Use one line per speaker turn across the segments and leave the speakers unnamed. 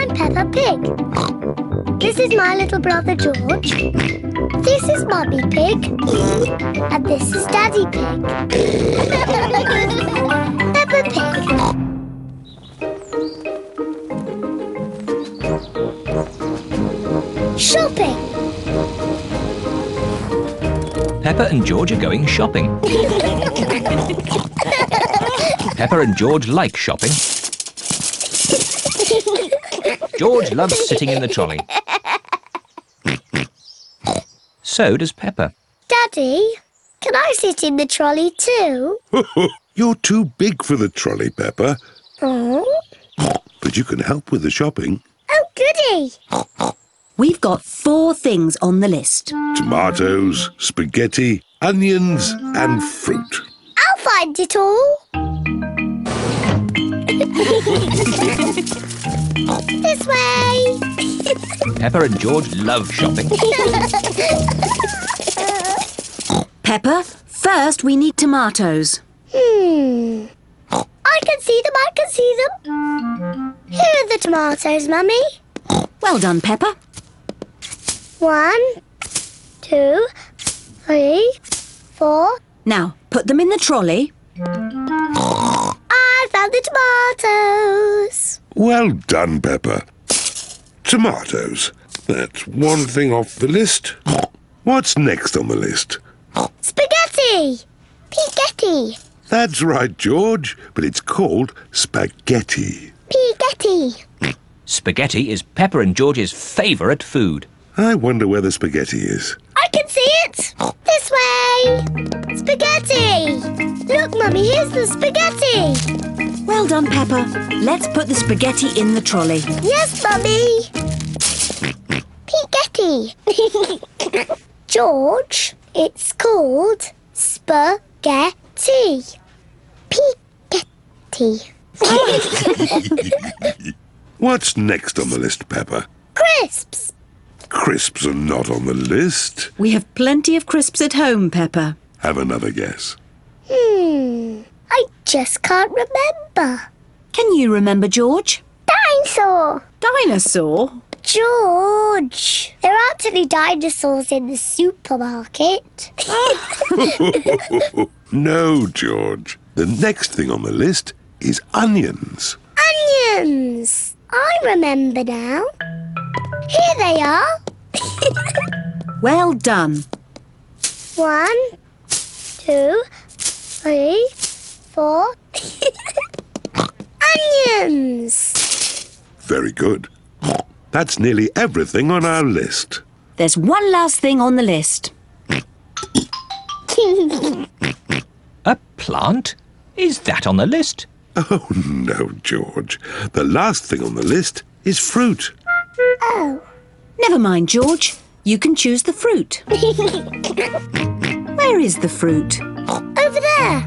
Pig. This is my little brother George. This is Mummy Pig. And this is Daddy Pig. Peppa Pig. Shopping.
Pepper and George are going shopping. Pepper and George like shopping. George loves sitting in the trolley. So does Pepper.
Daddy, can I sit in the trolley too?
You're too big for the trolley, Pepper,
Oh,
but you can help with the shopping.
oh goody.
We've got four things on the list.
Tomatoes, spaghetti, onions, and fruit.
I'll find it all. this way.
Pepper and George love shopping.
Pepper, first we need tomatoes.
Hmm. I can see them, I can see them. Here are the tomatoes, Mummy.
Well done, Pepper.
One, two, three, four.
Now, put them in the trolley.
I found the tomatoes.
Well done, Pepper. Tomatoes. That's one thing off the list. What's next on the list?
Spaghetti. Pighetti.
That's right, George, but it's called spaghetti.
Pighetti.
Spaghetti is Pepper and George's favourite food.
I wonder where the spaghetti is.
I can see it. This way. Spaghetti. Look, Mummy, here's the spaghetti.
Well done, Pepper. Let's put the spaghetti in the trolley.
Yes, Mummy. Pighetti. George, it's called spaghetti. Pighetti.
What's next on the list, Pepper?
Crisps.
Crisps are not on the list.
We have plenty of crisps at home, Pepper.
Have another guess.
Hmm. I just can't remember.
Can you remember, George?
Dinosaur.
Dinosaur?
George, there aren't any dinosaurs in the supermarket.
No, George. The next thing on the list is onions.
Onions! I remember now. Here they are.
Well done.
One, two, three, four. Onions!
Very good. That's nearly everything on our list.
There's one last thing on the list.
A plant? Is that on the list?
Oh, no, George. The last thing on the list is fruit.
oh.
Never mind, George. You can choose the fruit. Where is the fruit?
Over there.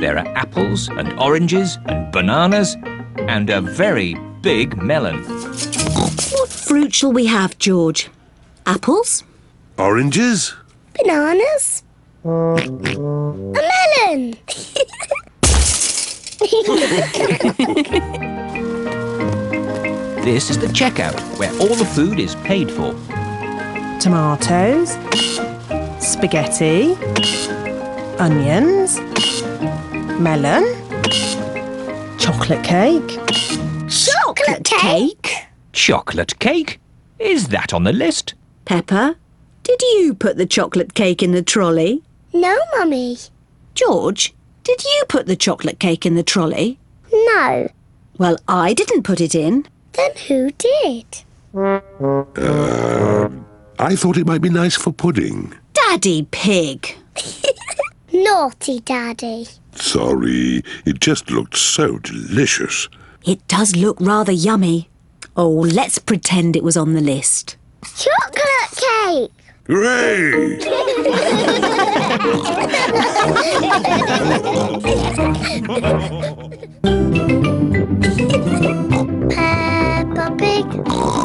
There are apples and oranges and bananas and a very big melon.
What fruit shall we have, George? Apples?
Oranges?
Bananas. A melon.
This is the checkout where all the food is paid for.
tomatoes, spaghetti, onions, melon, chocolate cake,
Chocolate cake.
Chocolate cake? Is that on the list?
Pepper, did you put the chocolate cake in the trolley?
No, Mummy.
George, did you put the chocolate cake in the trolley?
No.
Well, I didn't put it in.
Then who did?
I thought it might be nice for pudding.
Daddy Pig.
Naughty Daddy.
Sorry, it just looked so delicious.
It does look rather yummy. Oh, let's pretend it was on the list.
Chocolate cake.
Hooray!
Peppa Pig.